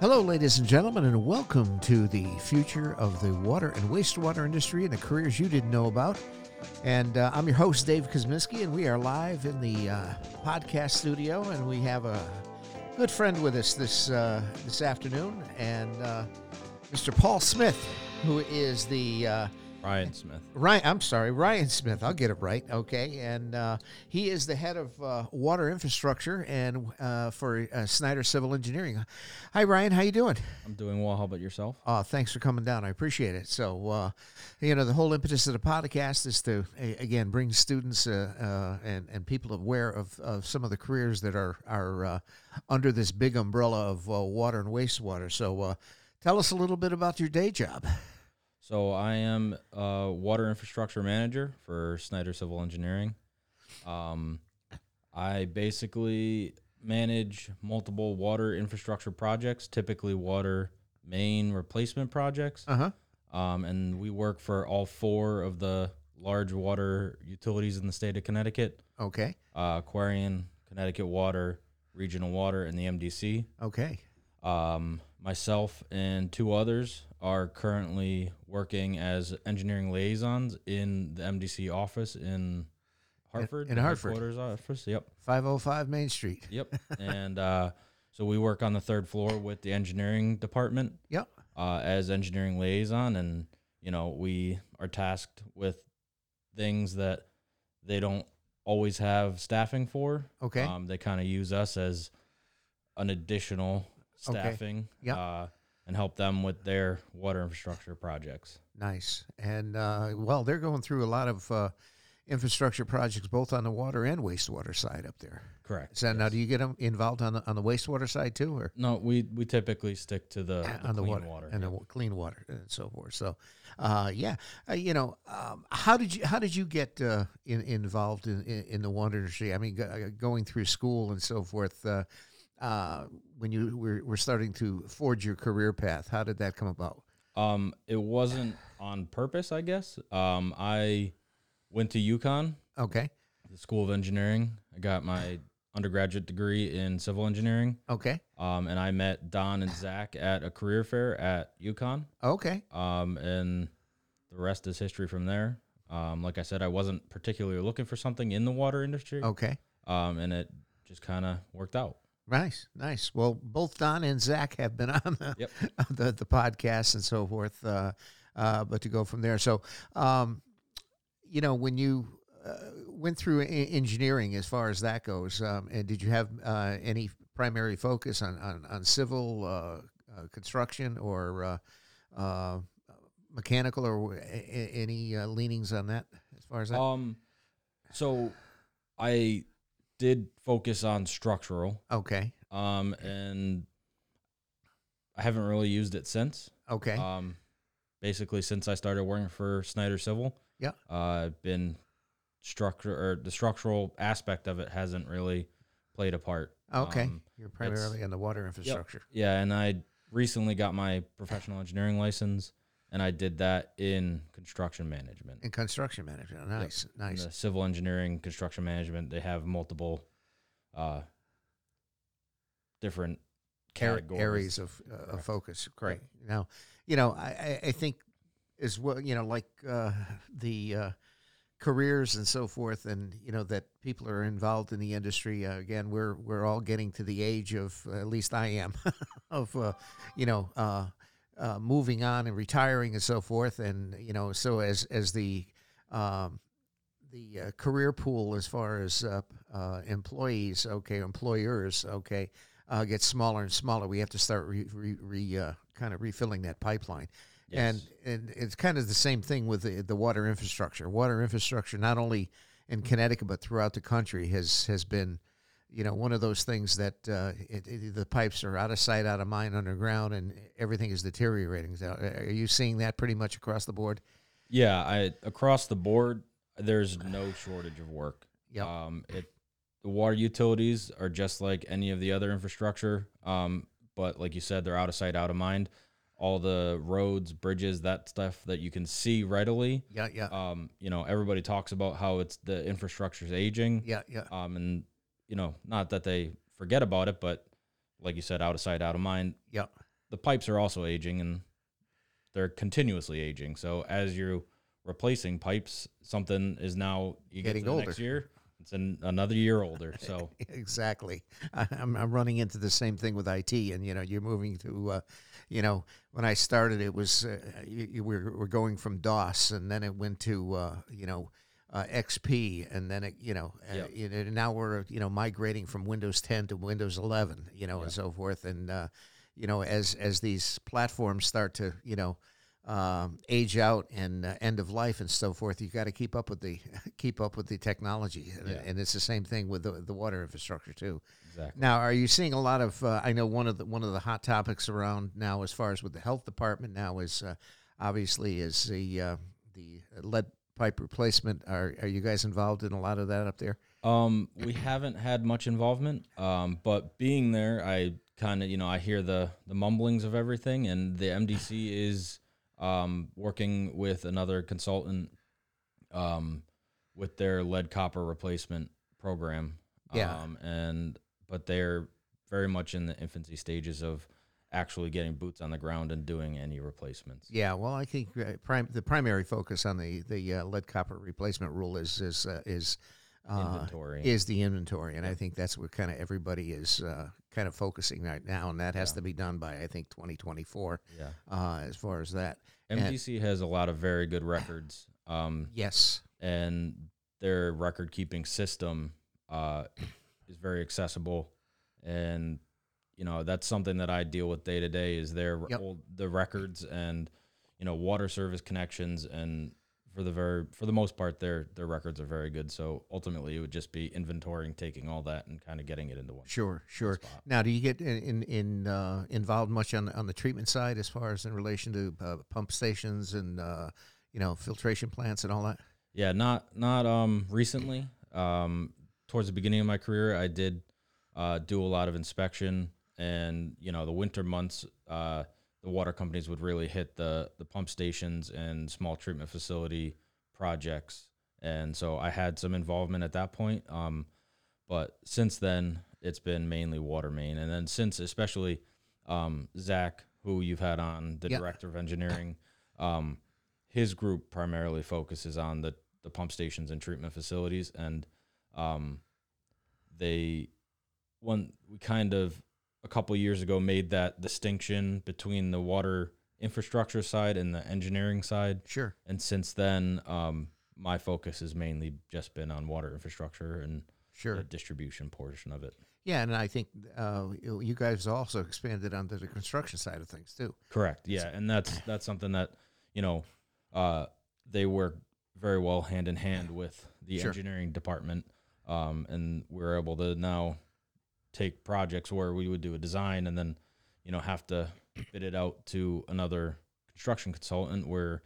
Hello, ladies and gentlemen, and welcome to the future of the water and wastewater industry and the careers you didn't know about. And uh, I'm your host, Dave Kosminski, and we are live in the uh, podcast studio, and we have a good friend with us this uh, this afternoon, and uh, Mr. Paul Smith, who is the uh, Ryan Smith. Ryan, I'm sorry, Ryan Smith. I'll get it right. Okay. And uh, he is the head of uh, water infrastructure and uh, for uh, Snyder Civil Engineering. Hi, Ryan. How you doing? I'm doing well. How about yourself? Uh, thanks for coming down. I appreciate it. So, uh, you know, the whole impetus of the podcast is to, a- again, bring students uh, uh, and, and people aware of, of some of the careers that are, are uh, under this big umbrella of uh, water and wastewater. So, uh, tell us a little bit about your day job. So I am a water infrastructure manager for Snyder Civil Engineering. Um, I basically manage multiple water infrastructure projects, typically water main replacement projects, Uh huh. um, and we work for all four of the large water utilities in the state of Connecticut: Okay. uh, Aquarian, Connecticut Water, Regional Water, and the MDC. Okay. Um, myself and two others are currently working as engineering liaisons in the MDC office in Hartford. in the Hartford. headquarters office. Yep, 505 Main Street. yep. and uh, so we work on the third floor with the engineering department Yep. uh, as engineering liaison, and you know we are tasked with things that they don't always have staffing for. Okay. Um, they kind of use us as an additional Okay. staffing Yep. uh, and help them with their water infrastructure projects. Nice. And uh, well, they're going through a lot of uh, infrastructure projects, both on the water and wastewater side up there. Correct. So now, do you get 'em involved on the on the wastewater side too, or No, we, we typically stick to the, the e- on the clean water, and the wa- clean water and so forth? So, uh, yeah, uh, you know, um, how did you how did you get uh, in, involved in, in, in the water industry? I mean, go, uh, going through school and so forth. Uh, uh, when you were, were starting to forge your career path, how did that come about? Um, it wasn't on purpose, I guess. Um, I went to UConn, Okay, the School of Engineering. I got my undergraduate degree in civil engineering. okay, Um, and I met Don and Zach at a career fair at UConn. okay, um, and the rest is history from there. Um, like I said, I wasn't particularly looking for something in the water industry, okay. um, and it just kind of worked out. Nice, nice. Well, both Don and Zach have been on the Yep. on the, the podcast and so forth. Uh, uh, but to go from there, so um, you know, when you uh, went through e- engineering, as far as that goes, um, and did you have uh, any primary focus on on, on civil uh, uh, construction or uh, uh, mechanical, or a- a- any uh, leanings on that? As far as that, Um, so I did focus on structural, okay, um, and I haven't really used it since. okay, Um, basically, since I started working for Snyder Civil, Yeah. uh, I've been structure or the structural aspect of it hasn't really played a part. okay. Um, You're primarily on the water infrastructure. Yeah, and I recently got my professional engineering license, and I did that in construction management. And construction management. Nice, In nice. the civil engineering, construction management, they have multiple uh, different ar- categories. areas of, uh, of Correct. focus. Great. Now, you know, I, I- I think as well, you know, like uh, the uh, careers and so forth, and you know that people are involved in the industry. Uh, again, we're we're all getting to the age of at least I am of uh, you know. Uh, uh, moving on and retiring and so forth, and you know, so as as the um, the uh, career pool as far as uh, uh, employees, okay, employers, okay, uh, gets smaller and smaller. We have to start re, re, re uh, kind of refilling that pipeline. Yes. And and it's kind of the same thing with the, the water infrastructure. Water infrastructure, not only in Connecticut but throughout the country, has has been, you know, one of those things that uh, it, it, the pipes are out of sight, out of mind, underground, and everything is deteriorating. So, uh, Are you seeing that pretty much across the board? Yeah, I across the board, there's no shortage of work. Yep. Um, it the water utilities are just like any of the other infrastructure. Um, but like you said, they're out of sight, out of mind. All the roads, bridges, that stuff that you can see readily. Yeah, yeah, Um, you know, everybody talks about how it's the infrastructure's aging. yeah, yeah. Um, and you know, not that they forget about it, but like you said, out of sight, out of mind. Yeah. the pipes are also aging and they're continuously aging. So as you're replacing pipes, something is now you Getting get to the next older. year. It's an, another year older. So exactly. I, I'm, I'm running into the same thing with IT, and you know, you're moving to, uh, you know, when I started, it was uh, you, you were, were going from DOS, and then it went to, uh, you know. Uh, XP, and then it, you know, uh, Yep. you know, now we're you know migrating from Windows 10 to Windows 11, you know, and so forth, and uh, you know, as as these platforms start to, you know, um, age out and uh, end of life and so forth, you got to keep up with the keep up with the technology, and, Yeah. and it's the same thing with the, the water infrastructure too. exactly. Now, are you seeing a lot of? Uh, I know one of the one of the hot topics around now, as far as with the health department now, is uh, obviously is the uh, the lead pipe replacement. Are are you guys involved in a lot of that up there? Um, we haven't had much involvement, um, but being there, I kind of you know I hear the the mumblings of everything, and the MDC is um, working with another consultant um, with their lead copper replacement program. Yeah. Um, and but they're very much in the infancy stages of actually getting boots on the ground and doing any replacements. Yeah, well, I think uh, prim- the primary focus on the the uh, lead copper replacement rule is is uh, is uh, Inventory. is the inventory, and I think that's where kind of everybody is uh, kind of focusing right now, and that has to be done by I think 2024 yeah. uh, as far as that. And- MDC has a lot of very good records. Um, yes, and their record keeping system uh, is very accessible and you know that's something that I deal with day to day is their Yep. old, the records and you know water service connections and for the very for the most part their their records are very good so ultimately it would just be inventorying taking all that and kind of getting it into one sure, sure. spot. Now, do you get in in, in uh, involved much on on the treatment side as far as in relation to uh, pump stations and uh, you know filtration plants and all that? Yeah, not not um recently. Um, towards the beginning of my career, I did uh, do a lot of inspection, and you know the winter months, uh, the water companies would really hit the the pump stations and small treatment facility projects, and so I had some involvement at that point. Um, but since then, it's been mainly water main, and then since especially um, Zach, who you've had on, the Yeah. director of engineering. Um, his group primarily focuses on the the pump stations and treatment facilities and um they one we kind of a couple years ago made that distinction between the water infrastructure side and the engineering side Sure. and since then um my focus has mainly just been on water infrastructure and Sure. the distribution portion of it Yeah, and I think uh, you you guys also expanded onto the construction side of things too. Correct. Yeah, and that's that's something that you know uh, they work very well hand in hand with the Sure. engineering department, um, and we're able to now take projects where we would do a design and then you know have to bid it out to another construction consultant. We're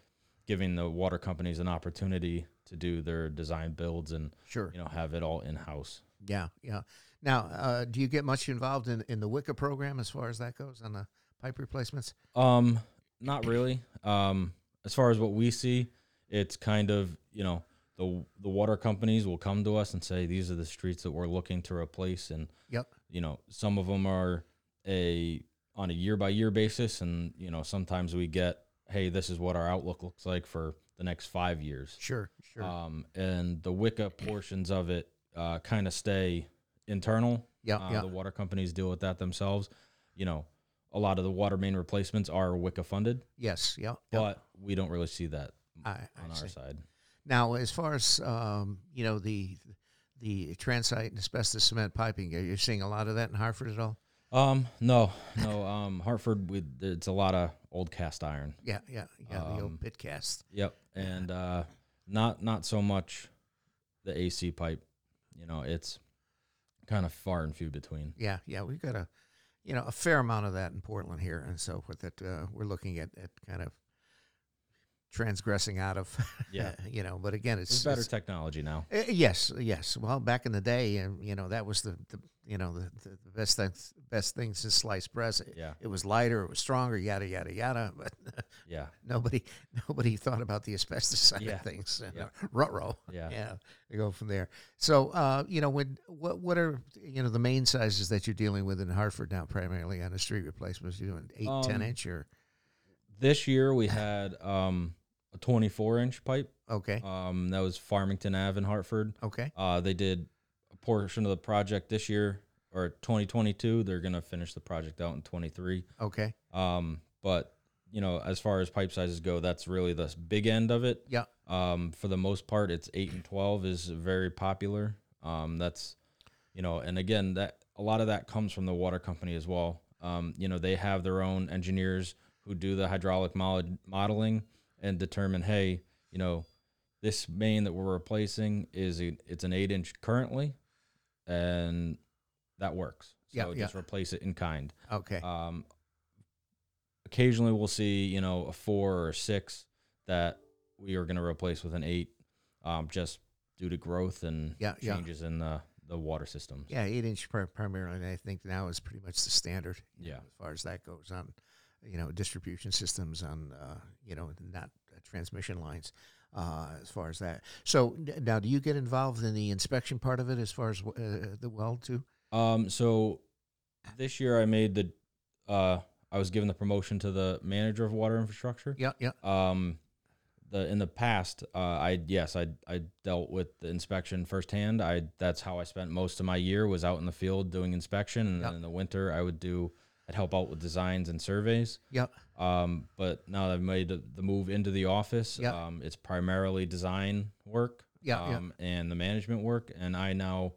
giving the water companies an opportunity to do their design builds and Sure. you know have it all in house. Yeah, yeah. Now, uh, do you get much involved in, in the WICA program as far as that goes on the pipe replacements? Um, not really. Um, as far as what we see, it's kind of you know the the water companies will come to us and say these are the streets that we're looking to replace, and Yep. you know some of them are a on a year by year basis, and you know sometimes we get hey this is what our outlook looks like for the next five years. Sure, sure. Um, and the Wicca portions of it uh, kind of stay internal. Yeah, uh, yeah. The water companies deal with that themselves. You know, a lot of the water main replacements are Wicca funded, yes, yeah. yeah. but we don't really see that I, on I our see. side. Now, as far as um, you know, the the transite and asbestos cement piping, are you seeing a lot of that in Hartford at all? Um, no, no. Um, Hartford, we, it's a lot of old cast iron. Yeah, yeah, yeah. the Um, old pit cast. Yep, and uh, not not so much the AC pipe. You know, it's kind of far and few between. Yeah, yeah, we've got a, you know, a fair amount of that in Portland here, and so forth. That uh, we're looking at, at kind of transgressing out of. Yeah. you know, but again, it's, There's better it's- technology now. Uh, yes, yes. Well, back in the day, and you know that was the, the you know the, the the best thing, best thing since sliced bread. It, Yeah. it was lighter, it was stronger, yada yada yada. But Yeah. Nobody, nobody thought about the asbestos side Yeah. of things. Yeah. Rutro. Yeah. Yeah, we go from there. So, uh, you know, when what what are you know the main sizes that you're dealing with in Hartford now, primarily on the street replacements? You're doing eight, ten Um, inch, or This year we had um, a 24 inch pipe. okay, Um, that was Farmington Ave in Hartford. okay, Uh, they did a portion of the project this year or 2022. They're gonna finish the project out in 23. okay, Um, but you know, as far as pipe sizes go, that's really the s- big end of it. yeah, Um, for the most part, it's eight and twelve is very popular. Um, that's you know, and again, that a lot of that comes from the water company as well. Um, you know, they have their own engineers who do the hydraulic mod- modeling and determine, hey, you know, this main that we're replacing is a, it's an eight inch currently, and that works. Yeah, So yeah. just replace it in kind. okay, Um, occasionally we'll see, you know, a four or a six that we are going to replace with an eight, um, just due to growth and Yeah, yeah. changes in the, the water systems. yeah, eight inch pri- primarily. I think now is pretty much the standard. you know, Yeah. as far as that goes on, you know, distribution systems on, uh, you know, not uh, transmission lines. Uh, as far as that, so n- now do you get involved in the inspection part of it? As far as w- uh, the weld too? Um, so this year I made the, uh, I was given the promotion to the manager of water infrastructure. Yeah, yeah, Um, the in the past, uh, I yes, I I dealt with the inspection firsthand. I that's how I spent most of my year was out in the field doing inspection, and Yep. then in the winter I would do I'd help out with designs and surveys. yeah. Um, but now that I've made the- the move into the office, Yep. um, it's primarily design work, Yeah, yeah. um, and the management work, and I now.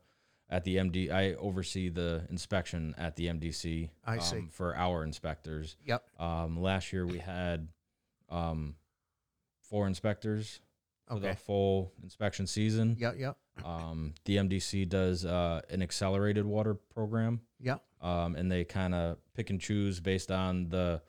At the MD, I oversee the inspection at the MDC I see. um, for our inspectors. Yep. Um, last year we had um, four inspectors for the Okay. full inspection season. Yeah. Yeah. Um, the MDC does uh, an accelerated water program, Yeah. um, and they kind of pick and choose based on the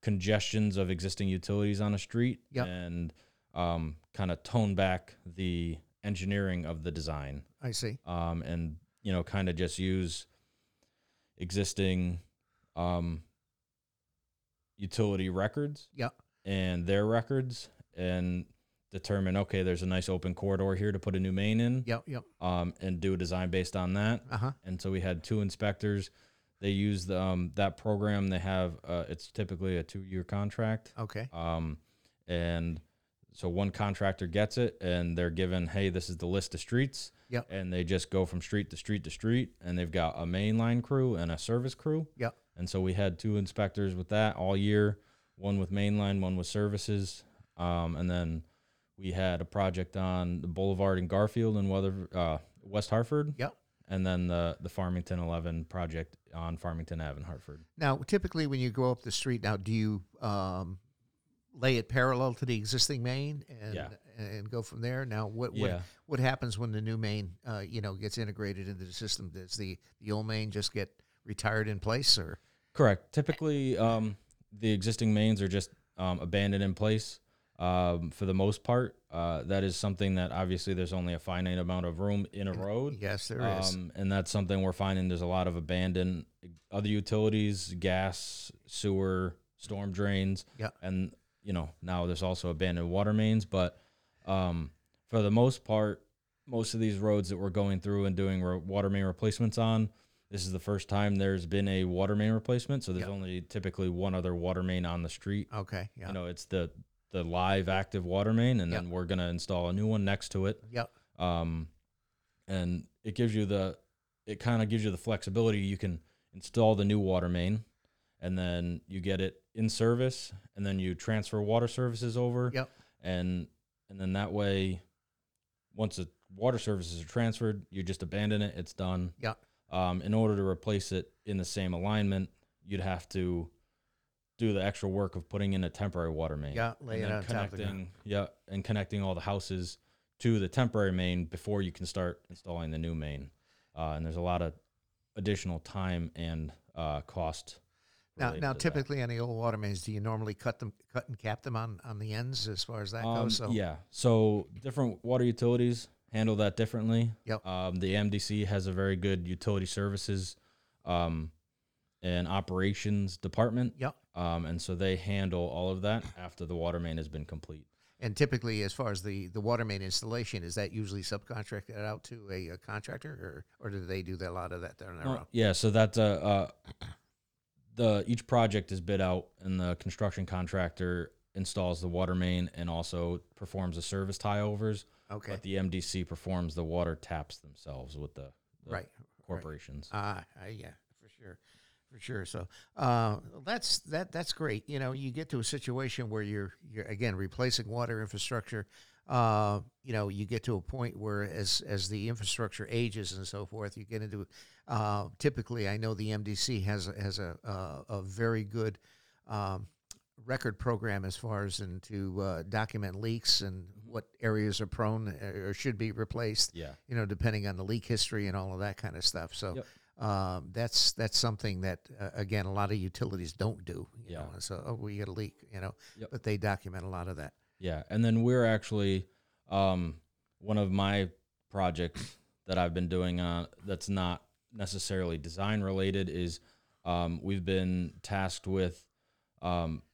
congestions of existing utilities on a street Yep. and um, kind of tone back the engineering of the design I see. um, and you know kind of just use existing um, utility records Yeah. and their records and determine okay there's a nice open corridor here to put a new main in Yeah. Yeah. um, and do a design based on that Uh huh. and so we had two inspectors they use the, um, that program they have uh, it's typically a two year contract Okay. um, and so one contractor gets it and they're given, hey, this is the list of streets. Yep. And they just go from street to street to street and they've got a mainline crew and a service crew. Yep. And so we had two inspectors with that all year, one with mainline, one with services. Um, and then we had a project on the Boulevard in Garfield and Weather, uh, West Hartford. Yep. And then the, the Farmington 11 project on Farmington Ave in Hartford. Now, typically, when you go up the street, now do you um, lay it parallel to the existing main and Yeah. and go from there? Now, what what, Yeah. what happens when the new main, uh, you know, gets integrated into the system? Does the the old main just get retired in place, or Correct. Typically, um, the existing mains are just um, abandoned in place um, for the most part. Uh, that is something that obviously there's only a finite amount of room in a road. yes, there is. Um, and that's something we're finding there's a lot of abandoned other utilities, gas, sewer, storm drains. Yeah. And, you know, now there's also abandoned water mains. But um, for the most part, most of these roads that we're going through and doing ro- water main replacements on, this is the first time there's been a water main replacement. So there's Yeah. only typically one other water main on the street. Okay, yeah, You know, it's the, the live active water main, and Yeah. then we're going to install a new one next to it yeah, um, and it gives you the it kind of gives you the flexibility you can install the new water main and then you get it in service and then you transfer water services over Yep. and and then that way once the water services are transferred you just abandon it it's done yeah, um, in order to replace it in the same alignment you'd have to do the extra work of putting in a temporary water main yeah. Lay and it then on top of the ground. connecting, yeah, and connecting all the houses to the temporary main before you can start installing the new main. Uh, and there's a lot of additional time and uh, cost. Now, related now, to that. typically on the old water mains, do you normally cut them, cut and cap them on on the ends as far as that Um, goes? So, yeah, so different water utilities handle that differently. Yep. Um, the MDC has a very good utility services um, an operations department. Yep. Um, and so they handle all of that after the water main has been complete. And typically, as far as the, the water main installation, is that usually subcontracted out to a, a contractor, or or do they do that, a lot of that there on their Uh, own? yeah, so that's uh, uh, the each project is bid out, and the construction contractor installs the water main and also performs the service tie overs. Okay, But the MDC performs the water taps themselves with the, the right. corporations. Ah, uh, yeah, for sure, for sure. So uh, that's that. That's great. You know, you get to a situation where you're you're again replacing water infrastructure. Uh, you know, you get to a point where as as the infrastructure ages and so forth, you get into. Uh, typically, I know the MDC has a- has a a, a very good. Um, record program as far as and to uh, document leaks and what areas are prone uh, or should be replaced Yeah. you know, depending on the leak history and all of that kind of stuff. So um, that's that's something that uh, again a lot of utilities don't do. You Yeah. know, and so oh, we get a leak, you know, Yep. but they document a lot of that. Yeah, and then we're actually um, one of my projects that I've been doing uh, that's not necessarily design related is um, we've been tasked with um,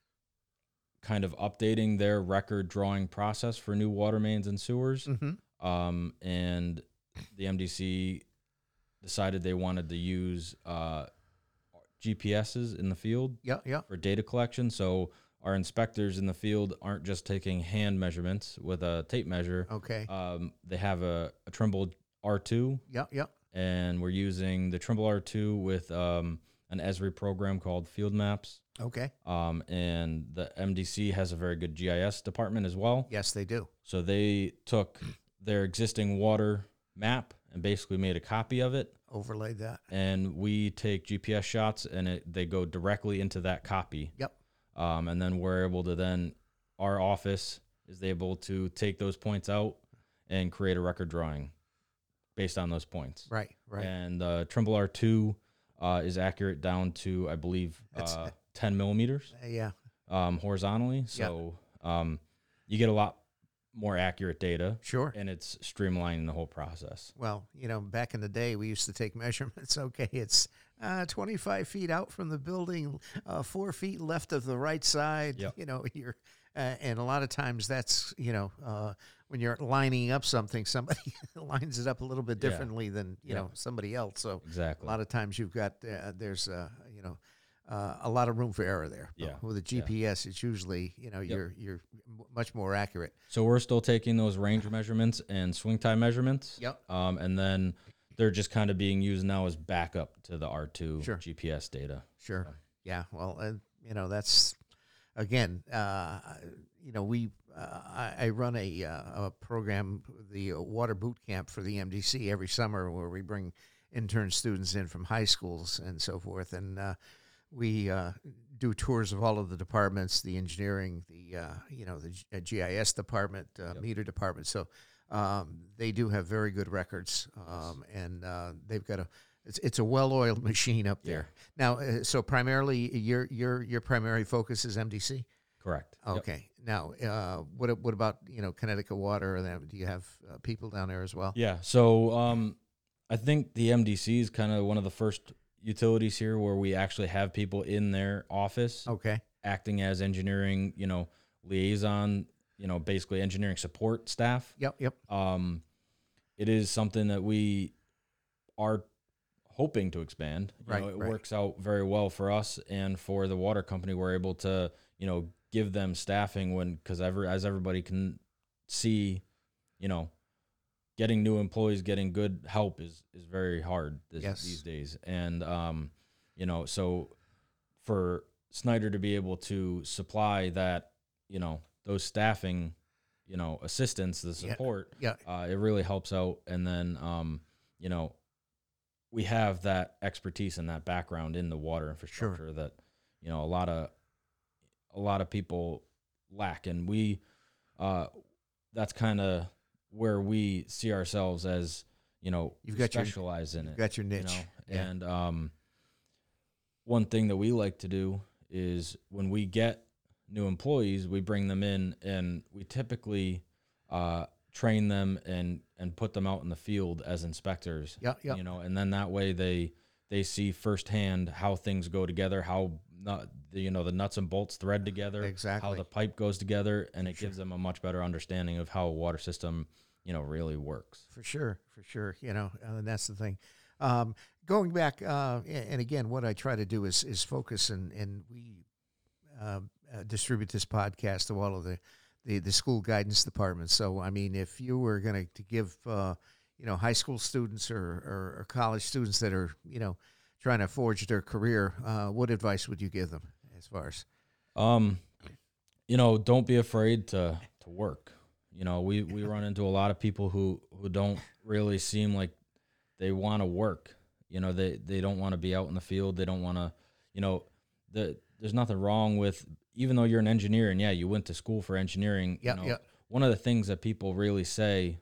kind of updating their record drawing process for new water mains and sewers, Mm-hmm. um, and the MDC decided they wanted to use uh, GPSs in the field Yeah, yeah, for data collection. So our inspectors in the field aren't just taking hand measurements with a tape measure. okay, Um, they have a, a Trimble R2, yeah, yeah, and we're using the Trimble R2 with um, an Esri program called Field Maps. okay. Um, and the MDC has a very good GIS department as well. Yes, they do. So they took their existing water map and basically made a copy of it. Overlaid that. And we take GPS shots and it, they go directly into that copy Yep. um, and then we're able to then our office is able to take those points out and create a record drawing based on those points. Right. Right. And uh, Trimble R two uh, is accurate down to I believe That's- uh, ten millimeters Uh, yeah. um, horizontally. So um, you get a lot more accurate data, Sure. and it's streamlining the whole process. Well, you know, back in the day, we used to take measurements. Okay, it's uh, 25 feet out from the building, uh, four feet left of the right side. Yep. You know, you're, uh, and a lot of times that's, you know, uh, when you're lining up something, somebody lines it up a little bit Yeah. differently than, you Yeah. know, somebody else. So a Exactly. lot of times you've got, uh, there's, uh, you know, uh, a lot of room for error there. But Yeah. With a Yeah. GPS, it's usually, you know, you're you're m- much more accurate. So we're still taking those range measurements and swing time measurements. Yep. Um, and then they're just kind of being used now as backup to the R2 Sure. GPS data. Sure. Yeah. Well, and you know that's again, uh, you know, we uh, I, I run a uh, a program, the uh, water boot camp for the MDC every summer, where we bring intern students in from high schools and so forth, and uh, we uh, do tours of all of the departments, the engineering, the uh, you know the G- uh, GIS department, uh, meter department. So um, they do have very good records, um, and uh, they've got a it's, it's a well-oiled machine up there. Now, uh, so primarily your your your primary focus is MDC. Correct. Yep. Okay. Now, uh, what a- what about you know Connecticut Water? Or that, do you have uh, people down there as well? Yeah. So um, I think the MDC is kind of one of the first utilities here where we actually have people in their office Okay. acting as engineering, you know, liaison, you know, basically engineering support staff. Yep. Yep. um, it is something that we are hoping to expand. You know, Right, it right. works out very well for us and for the water company. We're able to, you know, give them staffing when because every as everybody can see, you know, getting new employees, getting good help is is very hard this, Yes. these days. And um, you know, so for Snyder to be able to supply that, you know, those staffing, you know, assistance, the Yeah. support Yeah. uh, it really helps out and then um, you know we have that expertise and that background in the water infrastructure that you know a lot of a lot of people lack and we uh, that's kind of where we see ourselves as you know You've got your- specialize in it Got your you niche. know Yeah. and um, one thing that we like to do is when we get new employees we bring them in and we typically uh, train them and and put them out in the field as inspectors Yeah. Yeah. you know and then that way they they see firsthand how things go together, how not you know the nuts and bolts thread together, how Exactly. the pipe goes together, and it gives them a much better understanding of how a water system you know really works. for sure, for sure. You know, uh, and that's the thing. Um, going back, uh, a- and again, what I try to do is is focus, and and we uh, uh, distribute this podcast to all of the the, the school guidance departments. So, I mean, if you were going to give, uh, you know, high school students or, or, or college students that are, you know, trying to forge their career, uh, what advice would you give them as far as? Um, you know, don't be afraid to to work. You know, we we run into a lot of people who who don't really seem like they want to work. You know, they they don't want to be out in the field. They don't want to. You know, the there's nothing wrong with even though you're an engineer and yeah, you went to school for engineering. Yep, you know, yep. One of the things that people really say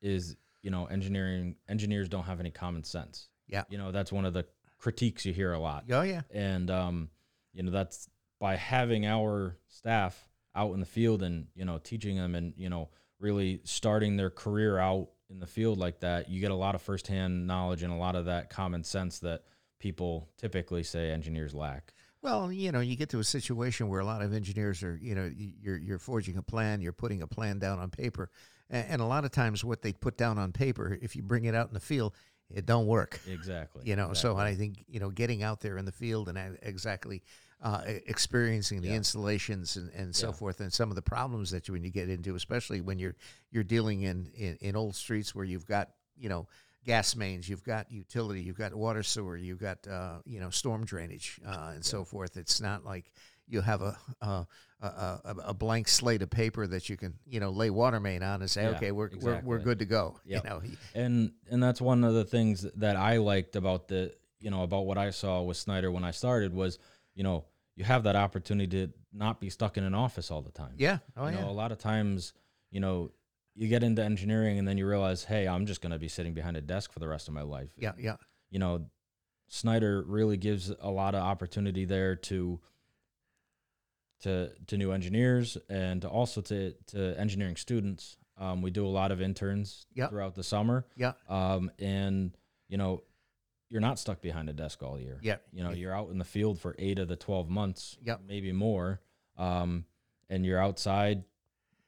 is you know engineering engineers don't have any common sense. Yeah. You know that's one of the critiques you hear a lot Oh, yeah. and um, you know that's by having our staff out in the field and you know teaching them and you know really starting their career out in the field like that you get a lot of firsthand knowledge and a lot of that common sense that people typically say engineers lack Well, you know, you get to a situation where a lot of engineers are, you know, y- you're you're forging a plan, you're putting a plan down on paper, and, and a lot of times what they put down on paper, if you bring it out in the field, it don't work. exactly You know, so exactly. I think you know, getting out there in the field and a- exactly uh, e- experiencing the Yeah. installations and, and so Yeah. forth, and some of the problems that you when you get into, especially when you're you're dealing in in, in old streets where you've got you know gas mains, you've got utility, you've got water sewer, you've got uh, you know storm drainage uh, and so forth. It's not like you have a, a, a a a blank slate of paper that you can you know lay water main on and say, Yeah, okay, we're, we're we're exactly. good to go. Yep. You know, and and that's one of the things that I liked about the you know about what I saw with Snyder when I started was you know you have that opportunity to not be stuck in an office all the time yeah, oh you yeah. know, a lot of times, you know, you get into engineering and then you realize, hey, I'm just going to be sitting behind a desk for the rest of my life. yeah, yeah, You know, Snyder really gives a lot of opportunity there to to to new engineers and to also to to engineering students. Um, we do a lot of interns Yep. throughout the summer. yeah, Um, and you know, you're not stuck behind a desk all year. yeah. You know, you're out in the field for eight of the 12 months, Yep. maybe more. Um, and you're outside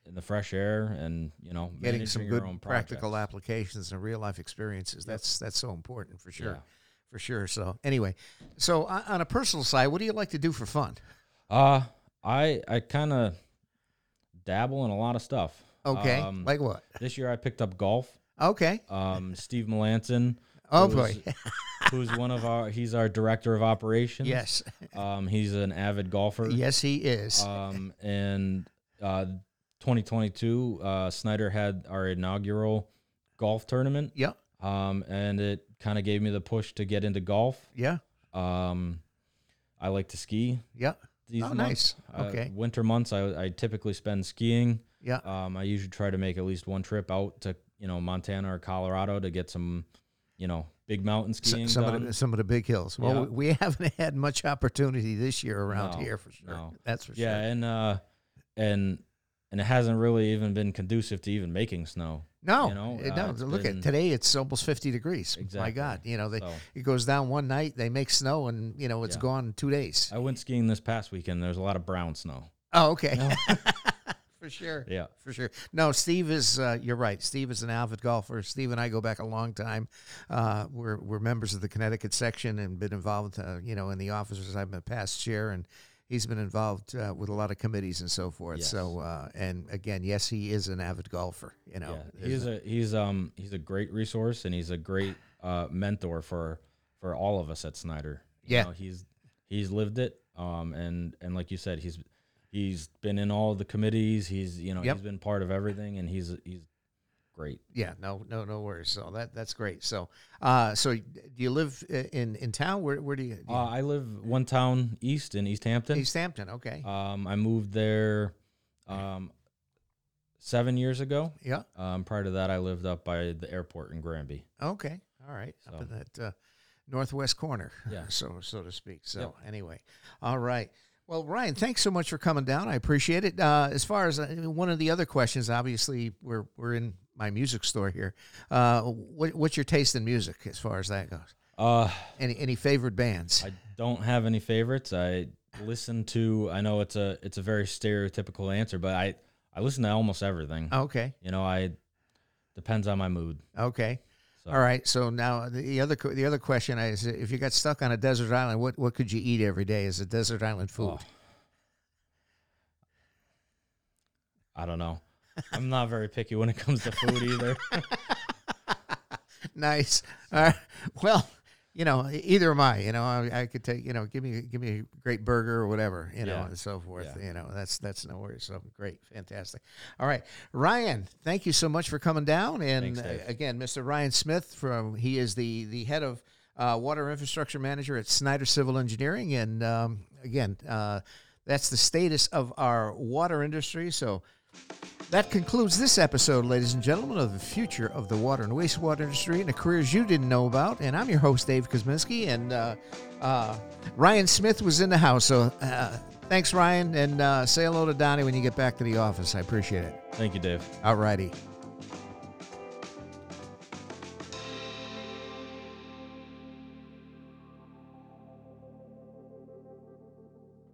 in the fresh air and, you know, getting some managing your good own practical projects. applications and real life experiences. That's that's so important for sure, Yeah. for sure. So anyway, so on on a personal side, what do you like to do for fun? Uh, I, I kind of dabble in a lot of stuff. Okay, Um, like what? this year I picked up golf. Okay, Um, Steve Melanson. oh who's- boy, who's one of our, he's our director of operations. yes, Um, he's an avid golfer. yes, he is. Um, and uh, 2022, uh, Snyder had our inaugural golf tournament. yeah, Um, and it kind of gave me the push to get into golf. yeah, Um, I like to ski. yeah, These Oh, months. nice. Okay. Uh, winter months, I, I typically spend skiing. yeah. Um, I usually try to make at least one trip out to you know Montana or Colorado to get some, you know, big mountain S- skiing. some done. of the some of the big hills. Well, Yeah. we- we haven't had much opportunity this year around No, here for sure. no. That's for yeah, sure. and uh, and and it hasn't really even been conducive to even making snow. No, you know, it- uh, no. it's Look been- at today; it's almost fifty degrees. My Exactly. God, you know, they, So it goes down one night, they make snow, and you know it's Yeah. gone two days. I went skiing this past weekend. There's a lot of brown snow. Oh, okay. No. for sure. Yeah. For sure. No, Steve is, uh, you're right. Steve is an avid golfer. Steve and I go back a long time. Uh, we're, we're members of the Connecticut section and been involved, uh, you know, in the officers. I'm a past chair and he's been involved uh, with a lot of committees and so forth. Yes. So, uh, and again, yes, he is an avid golfer, you know. yeah. He's a he's um he's a great resource and he's a great uh, mentor for for all of us at Snyder. You Yeah. know, he's he's lived it. Um and and like you said, he's he's been in all the committees. He's you know Yep. he's been part of everything and he's he's great. yeah, no, no, no worries. So that, that's great. So, uh, so do you live i- in, in town? Where, where do you, do you- Uh, I live one town east in East Hampton. East Hampton. Okay. Um, I moved there um, seven years ago. yeah. Um, prior to that, I lived up by the airport in Granby. Okay, all right, up So- in that uh, northwest corner, Yeah. so so to speak. So anyway, all right. Well, Ryan, thanks so much for coming down. I appreciate it. Uh, as far as uh, one of the other questions, obviously we're we're in my music store here. Uh, what, what's your taste in music as far as that goes? Uh, Any any favorite bands? I don't have any favorites. I listen to. I know it's a it's a very stereotypical answer, but I I listen to almost everything. okay, You know, I depends on my mood. okay, So. all right. So now the other co- the other question is: if you got stuck on a desert island, what what could you eat every day as a desert island food? Oh. I don't know. I'm not very picky when it comes to food either. Nice. All right. Well, you know, e- either am I. You know, I, I could take. You know, give me give me a great burger or whatever. You know, Yeah. and so forth. Yeah. You know, that's that's no worries. So great, fantastic. All right, Ryan. Thank you so much for coming down. And Thanks, Dave. uh, again, Mr. Ryan Smith from he is the the head of uh, water infrastructure manager at Snyder Civil Engineering. And um, again, uh, that's the status of our water industry. So. That concludes this episode, ladies and gentlemen, of the future of the water and wastewater industry and the careers you didn't know about. And I'm your host, Dave Kosminski, and uh, uh, Ryan Smith was in the house. So uh, thanks, Ryan, and uh, say hello to Donnie when you get back to the office. I appreciate it. Thank you, Dave. All righty.